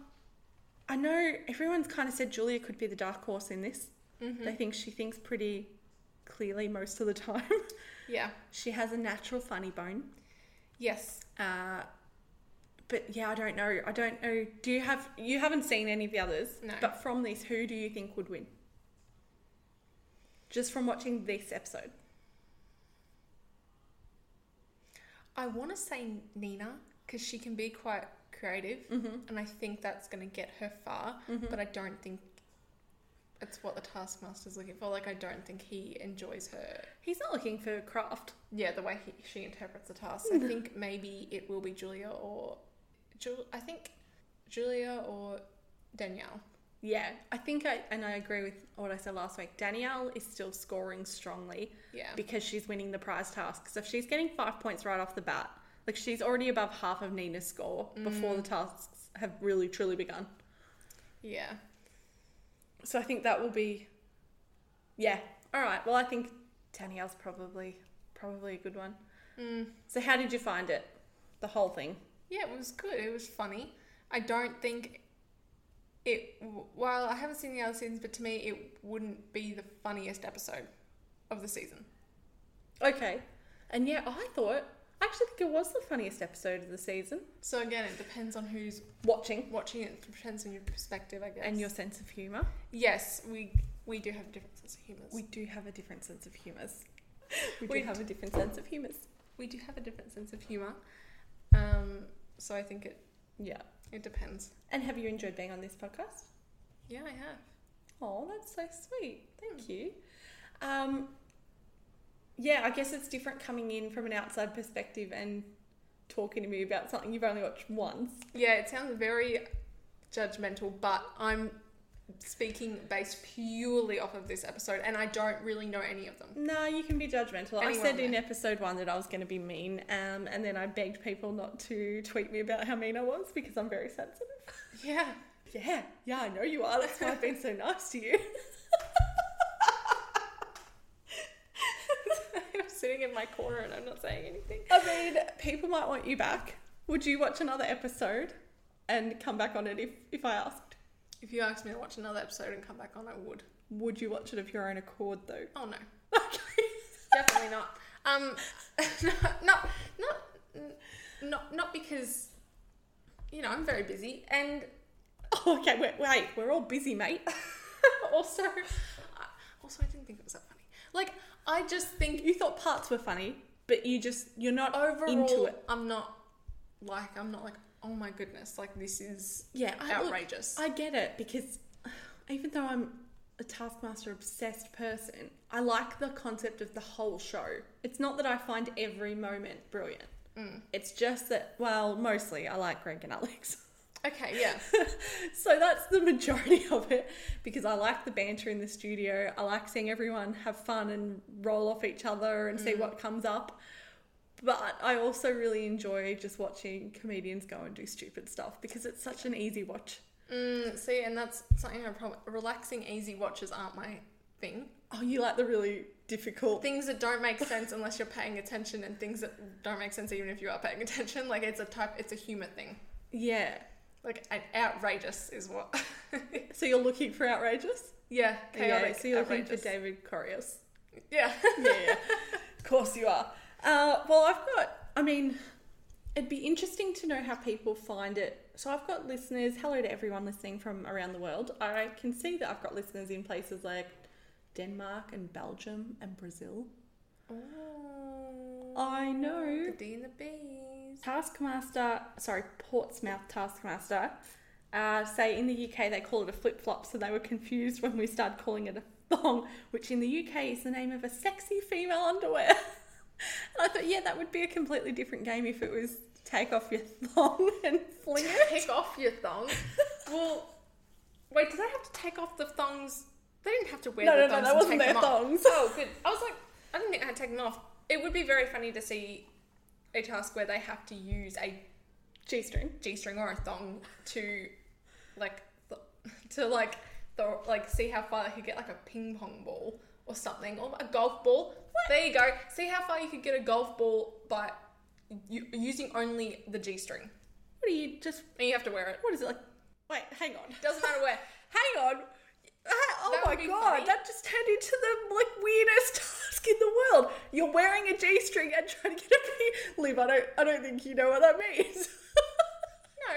I know everyone's kind of said Julia could be the dark horse in this. They think she thinks pretty clearly most of the time.
Yeah.
she has a natural funny bone.
Yes.
Uh, but yeah, I don't know. I don't know. Do you have you haven't seen any of the others?
No.
But from these, who do you think would win? Just from watching this episode.
I want to say Nina because she can be quite creative, and I think that's going to get her far. But I don't think it's what the taskmaster's looking for. Like, I don't think he enjoys her.
He's not looking for craft.
Yeah, the way he, she interprets the task. I think maybe it will be Julia or Jul- I think Julia or Danielle.
Yeah, I think I and I agree with what I said last week. Danielle is still scoring strongly
Yeah.
because she's winning the prize task. So if she's getting five points right off the bat, like she's already above half of Nina's score before the tasks have really truly begun.
yeah.
So I think that will be, yeah. All right. Well, I think Danielle's probably probably a good one.
Mm.
So how did you find it? The whole thing.
Yeah, it was good. It was funny. I don't think it. While I haven't seen the other seasons, but to me, it wouldn't be the funniest episode of the season.
Okay. And yeah, I thought I actually think it was the funniest episode of the season.
So again, it depends on who's
Watching
watching it. It depends on your perspective, I guess.
and your sense of humor.
yes, we we do have differences of humours.
We do have a different sense of humors. We do
We
have a different sense of humors.
we do have a different sense of humour. Um, so I think it
Yeah.
it depends.
And have you enjoyed being on this podcast?
Yeah, I have.
Oh, that's so sweet. Thank you. Um, yeah, I guess it's different coming in from an outside perspective and talking to me about something you've only watched once.
Yeah, it sounds very judgmental, but I'm speaking based purely off of this episode, and I don't really know any of them.
No, you can be judgmental. I
Anyone
said in
there.
episode one that I was going to be mean, um, and then I begged people not to tweet me about how mean I was because I'm very sensitive.
Yeah.
Yeah, yeah, I know you are. That's why I've been so nice to you.
I'm sitting in my corner and I'm not saying anything.
I mean, people might want you back. Would you watch another episode and come back on it if, if I asked?
If you asked me to watch another episode and come back on, I would.
Would you watch it of your own accord though?
Oh no,
Okay.
definitely not. Um, not, not, not, not because, you know, I'm very busy, and
Oh, okay, wait, wait, we're all busy, mate.
also, also I didn't think it was that funny. Like, I just think
You thought parts were funny, but you just, you're not
overall,
into it.
I'm not like I'm not like oh my goodness, like this is
Yeah, I, look,
outrageous.
I get it because even though I'm a Taskmaster obsessed person, I like the concept of the whole show. It's not that I find every moment brilliant.
Mm.
It's just that, well, mostly I like Greg and Alex.
Okay, yeah,
So that's the majority of it because I like the banter in the studio. I like seeing everyone have fun and roll off each other and see
Mm.
what comes up. But I also really enjoy just watching comedians go and do stupid stuff because it's such an easy watch.
mm, see, and that's something I problem. Relaxing, easy watches aren't my thing.
Oh, you like the really difficult.
Things that don't make sense unless you're paying attention, and things that don't make sense even if you are paying attention. Like it's a type, it's a humor thing.
Yeah.
Like an outrageous is what.
So you're looking for outrageous?
yeah, chaotic.
yeah, so you're looking
outrageous.
for David Corias.
Yeah,
yeah, yeah. of course you are. Uh, well, I've got. I mean, it'd be interesting to know how people find it. So I've got listeners. Hello to everyone listening from around the world. I can see that I've got listeners in places like Denmark and Belgium and Brazil. Oh. I know.
The D and the B's.
Taskmaster, sorry, Portsmouth Taskmaster. Uh, say in the UK they call it a flip flop, so they were confused when we started calling it a thong, which in the UK is the name of a sexy female underwear. and I thought, yeah, that would be a completely different game if it was take off your thong and fling it.
Take off your thong. well, wait, did they have to take off the thongs? They didn't have to wear
No,
the
no, no,
thongs.
that
and
wasn't
take
their
them off.
thongs.
Oh, good. I was like, I didn't think I had taken them off. It would be very funny to see a task where they have to use a
G string.
g string or a thong to, like, th- to like, th- like see how far they could get, like a ping pong ball or something, or a golf ball. There you go. See how far you could get a golf ball by u- using only the g string,
What are you just,
and you have to wear it.
what is it like? Wait, hang on.
Doesn't matter where.
Hang on. Ah, Oh
That
my
would be
god,
funny.
that just turned into the like weirdest task in the world. You're wearing a g-string and trying to get a pee. Liv, I don't, I don't think you know what that means.
No,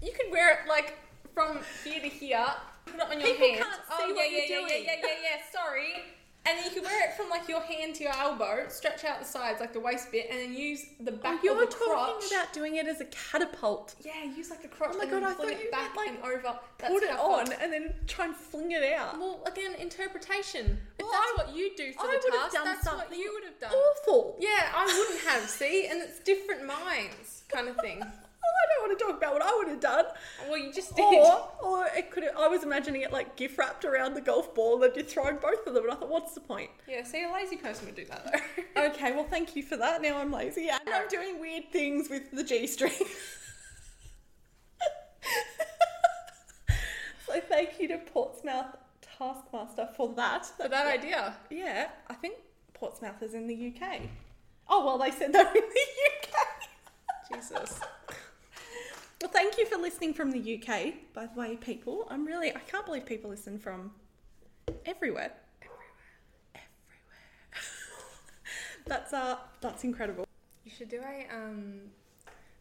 you could wear it like from here to here. Put it on your
People
hand.
can't see
oh yeah,
what
yeah,
you're
yeah,
doing.
yeah, yeah, yeah, yeah. Sorry. And then you can wear it from like your hand to your elbow, stretch out the sides like the waist bit, and then use the back
Oh, You're
of the
talking
crotch.
about doing it as a catapult.
yeah, use like the crotch.
Oh my
and
God,
then
I
fling
thought
it
you
back
meant,
and over. That's
Put it
how far-
on and then try and fling it out.
Well, again, interpretation. If
Well,
that's
I-
what you do for
I
the
would have
task,
done
that's what
something Oh.
you would have done.
Awful.
Yeah, I wouldn't have. See, and it's different minds, kind of thing.
Oh, I don't want to talk about what I would have done.
Well, you just did.
Or, or it could I was imagining it like gift wrapped around the golf ball and you're throwing both of them and I thought, what's the point?
Yeah, see, a lazy person would do that though.
Okay, well thank you for that. Now I'm lazy and I'm doing weird things with the G string. so thank you to Portsmouth Taskmaster for that.
For that idea.
Yeah, I think Portsmouth is in the UK. Oh well they said they're in the UK.
Jesus.
Well, thank you for listening from the UK, by the way, people. I'm really, I can't believe people listen from everywhere. Everywhere. that's uh, that's incredible.
You should do a um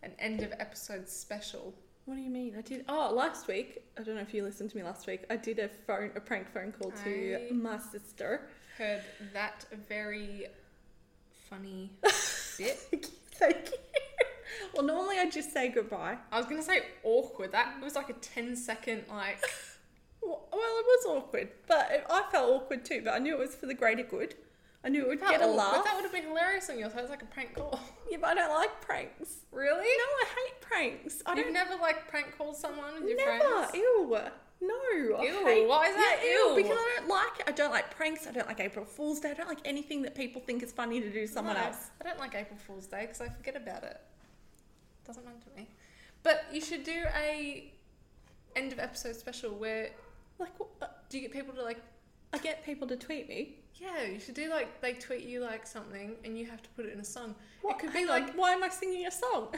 an end of episode special.
What do you mean? I did. Oh, last week. I don't know if you listened to me last week. I did a phone, a prank phone call to
I-
my sister.
Heard that very funny bit.
Thank you. Thank you. Well, normally I just say goodbye.
I was gonna say awkward. That was like a 10 second like
Well, well, it was awkward, but it, I felt awkward too. But I knew it was for the greater good. I knew it would get a
awkward.
laugh.
That would have been hilarious on your side. It's like a prank call.
Yeah, but I don't like pranks.
Really?
No, I hate pranks. I
You've
don't
never like prank called someone with your
never.
friends.
Ew. No. I
Ew,
hate-
why is that
Yeah,
ew?
Because I don't like it. I don't like pranks. I don't like April Fool's Day. I don't like anything that people think is funny to do to someone
No,
else.
I don't like April Fool's Day because I forget about it. Doesn't matter to me. But you should do a end of episode special where
Like, what- uh,
do you get people to like
I get people to tweet me.
yeah you should do like they tweet you like something and you have to put it in a song.
What
It could be
hang on,
like
why am I singing a song?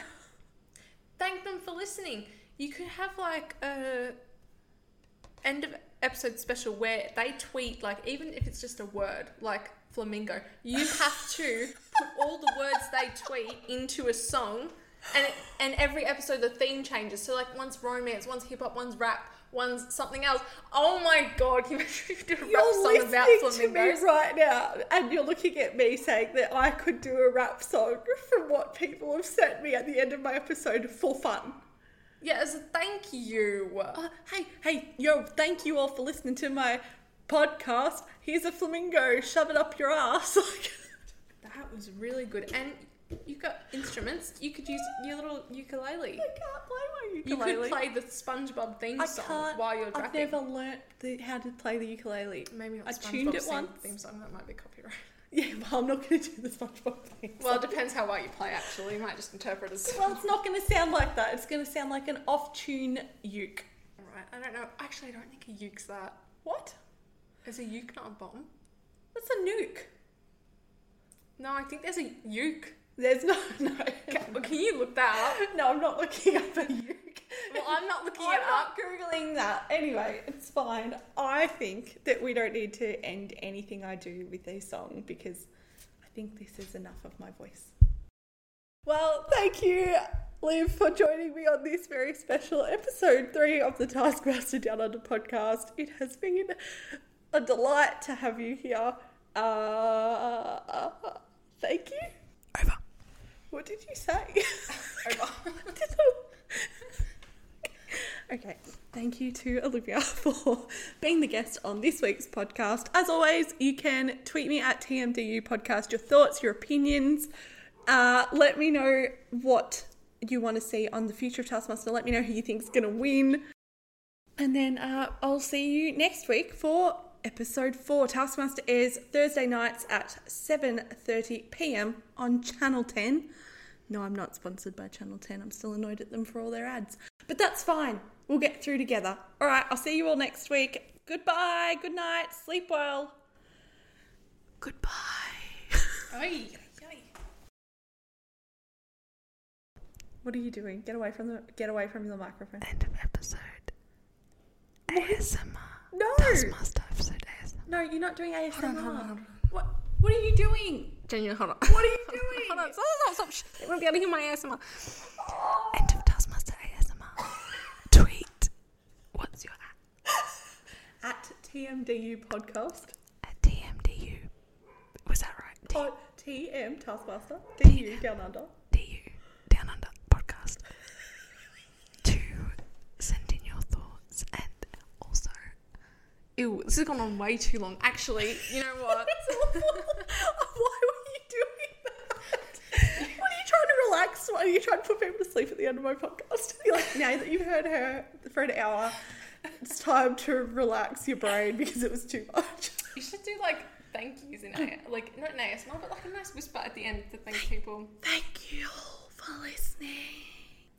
thank them for listening. You could have like a end of episode special where they tweet like even if it's just a word like flamingo, you have to put all the words they tweet into a song, and and every episode the theme changes. So like one's romance, one's hip hop, one's rap, one's something else. Oh my god, can you imagine if you did a rap
You're
song
listening
about
to
flamingos?
me right now, and you're looking at me saying that I could do a rap song from what people have sent me at the end of my episode for fun.
Yeah, as a thank you.
Uh, hey, hey, yo, thank you all for listening to my podcast. Here's a flamingo, shove it up your ass.
That was really good. And you've got instruments. You could use your little ukulele.
I can't play
You
my ukulele.
could play the SpongeBob theme
I
song
can't.
while you're
I've
rapping.
never learnt the, how to play the ukulele.
Maybe not
I
SpongeBob's
tuned it
theme,
once.
theme song. That might be copyright.
Yeah, well, I'm not going to do the SpongeBob thing.
Well, it depends how well you play. Actually, you might just interpret as.
well, it's not going to sound like that. It's going to sound like an off-tune uke.
Right. I don't know. Actually, I don't think a uke's that.
What?
Is a uke not a bomb?
That's a nuke.
No, I think there's a uke.
There's no no.
Can, well, can you look that up?
no, I'm not looking up a uke.
Well, I'm not looking
I'm
it up.
not googling that. Anyway, it's fine. I think that we don't need to end anything I do with a song because I think this is enough of my voice. Well, thank you, Liv, for joining me on this very special episode three of the Taskmaster Down Under podcast. It has been a delight to have you here. Uh, thank you. Over. What did you say? okay. Thank you to Olivia for being the guest on this week's podcast. As always, you can tweet me at TMDU Podcast your thoughts, your opinions. Uh, let me know what you want to see on the future of Taskmaster. Let me know who you think's going to win. And then uh, I'll see you next week for episode four. Taskmaster airs Thursday nights at 7.30 p.m. on Channel 10. No, I'm not sponsored by Channel 10. I'm still annoyed at them for all their ads. But that's fine. We'll get through together. All right, I'll see you all next week. Goodbye. Good night. Sleep well. Goodbye.
Ay, ay, ay.
What are you doing? Get away from the get away from the microphone.
end of episode ASMR.
No.
Master episode ASMR.
No, you're not doing ASMR.
hold on, hold on.
What what are you doing?
Genuine, hold on.
What are you doing?
Hold on, stop, stop, stop. Shh. They won't be able to hear my ASMR.
End of Taskmaster ASMR. Tweet. What's your at?
At TMDU podcast.
At TMDU. Was that right?
Pod, TM Taskmaster. DU down under.
TMDU. Down Under Podcast. to send in your thoughts and also.
Ew, this has gone on way too long. Actually, you know what?
That's awful. Why were you doing that? What are you trying to relax like you try to put people to sleep at the end of my podcast. You're like, now that you've heard her for an hour, it's time to relax your brain because it was too much.
You should do like thank yous in A- like not in ASMR, but like a nice whisper at the end to thank people.
Thank you all for listening.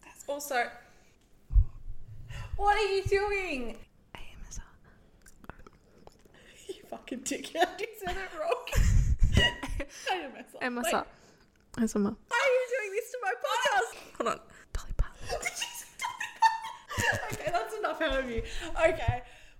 That's also
What are you doing?
AMSR.
You fucking dickhead. You said it wrong. I am myself.
AMSR. ASMR.
Why are you doing this to my podcast?
Hold on. Dolly Parton.
Did you say Dolly Parton? okay, that's enough out of you. Okay.